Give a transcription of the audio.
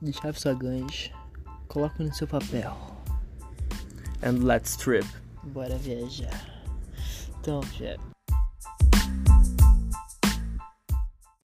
Deixar sua gancho, coloque no seu papel. And let's trip. Bora viajar. Então, chefe.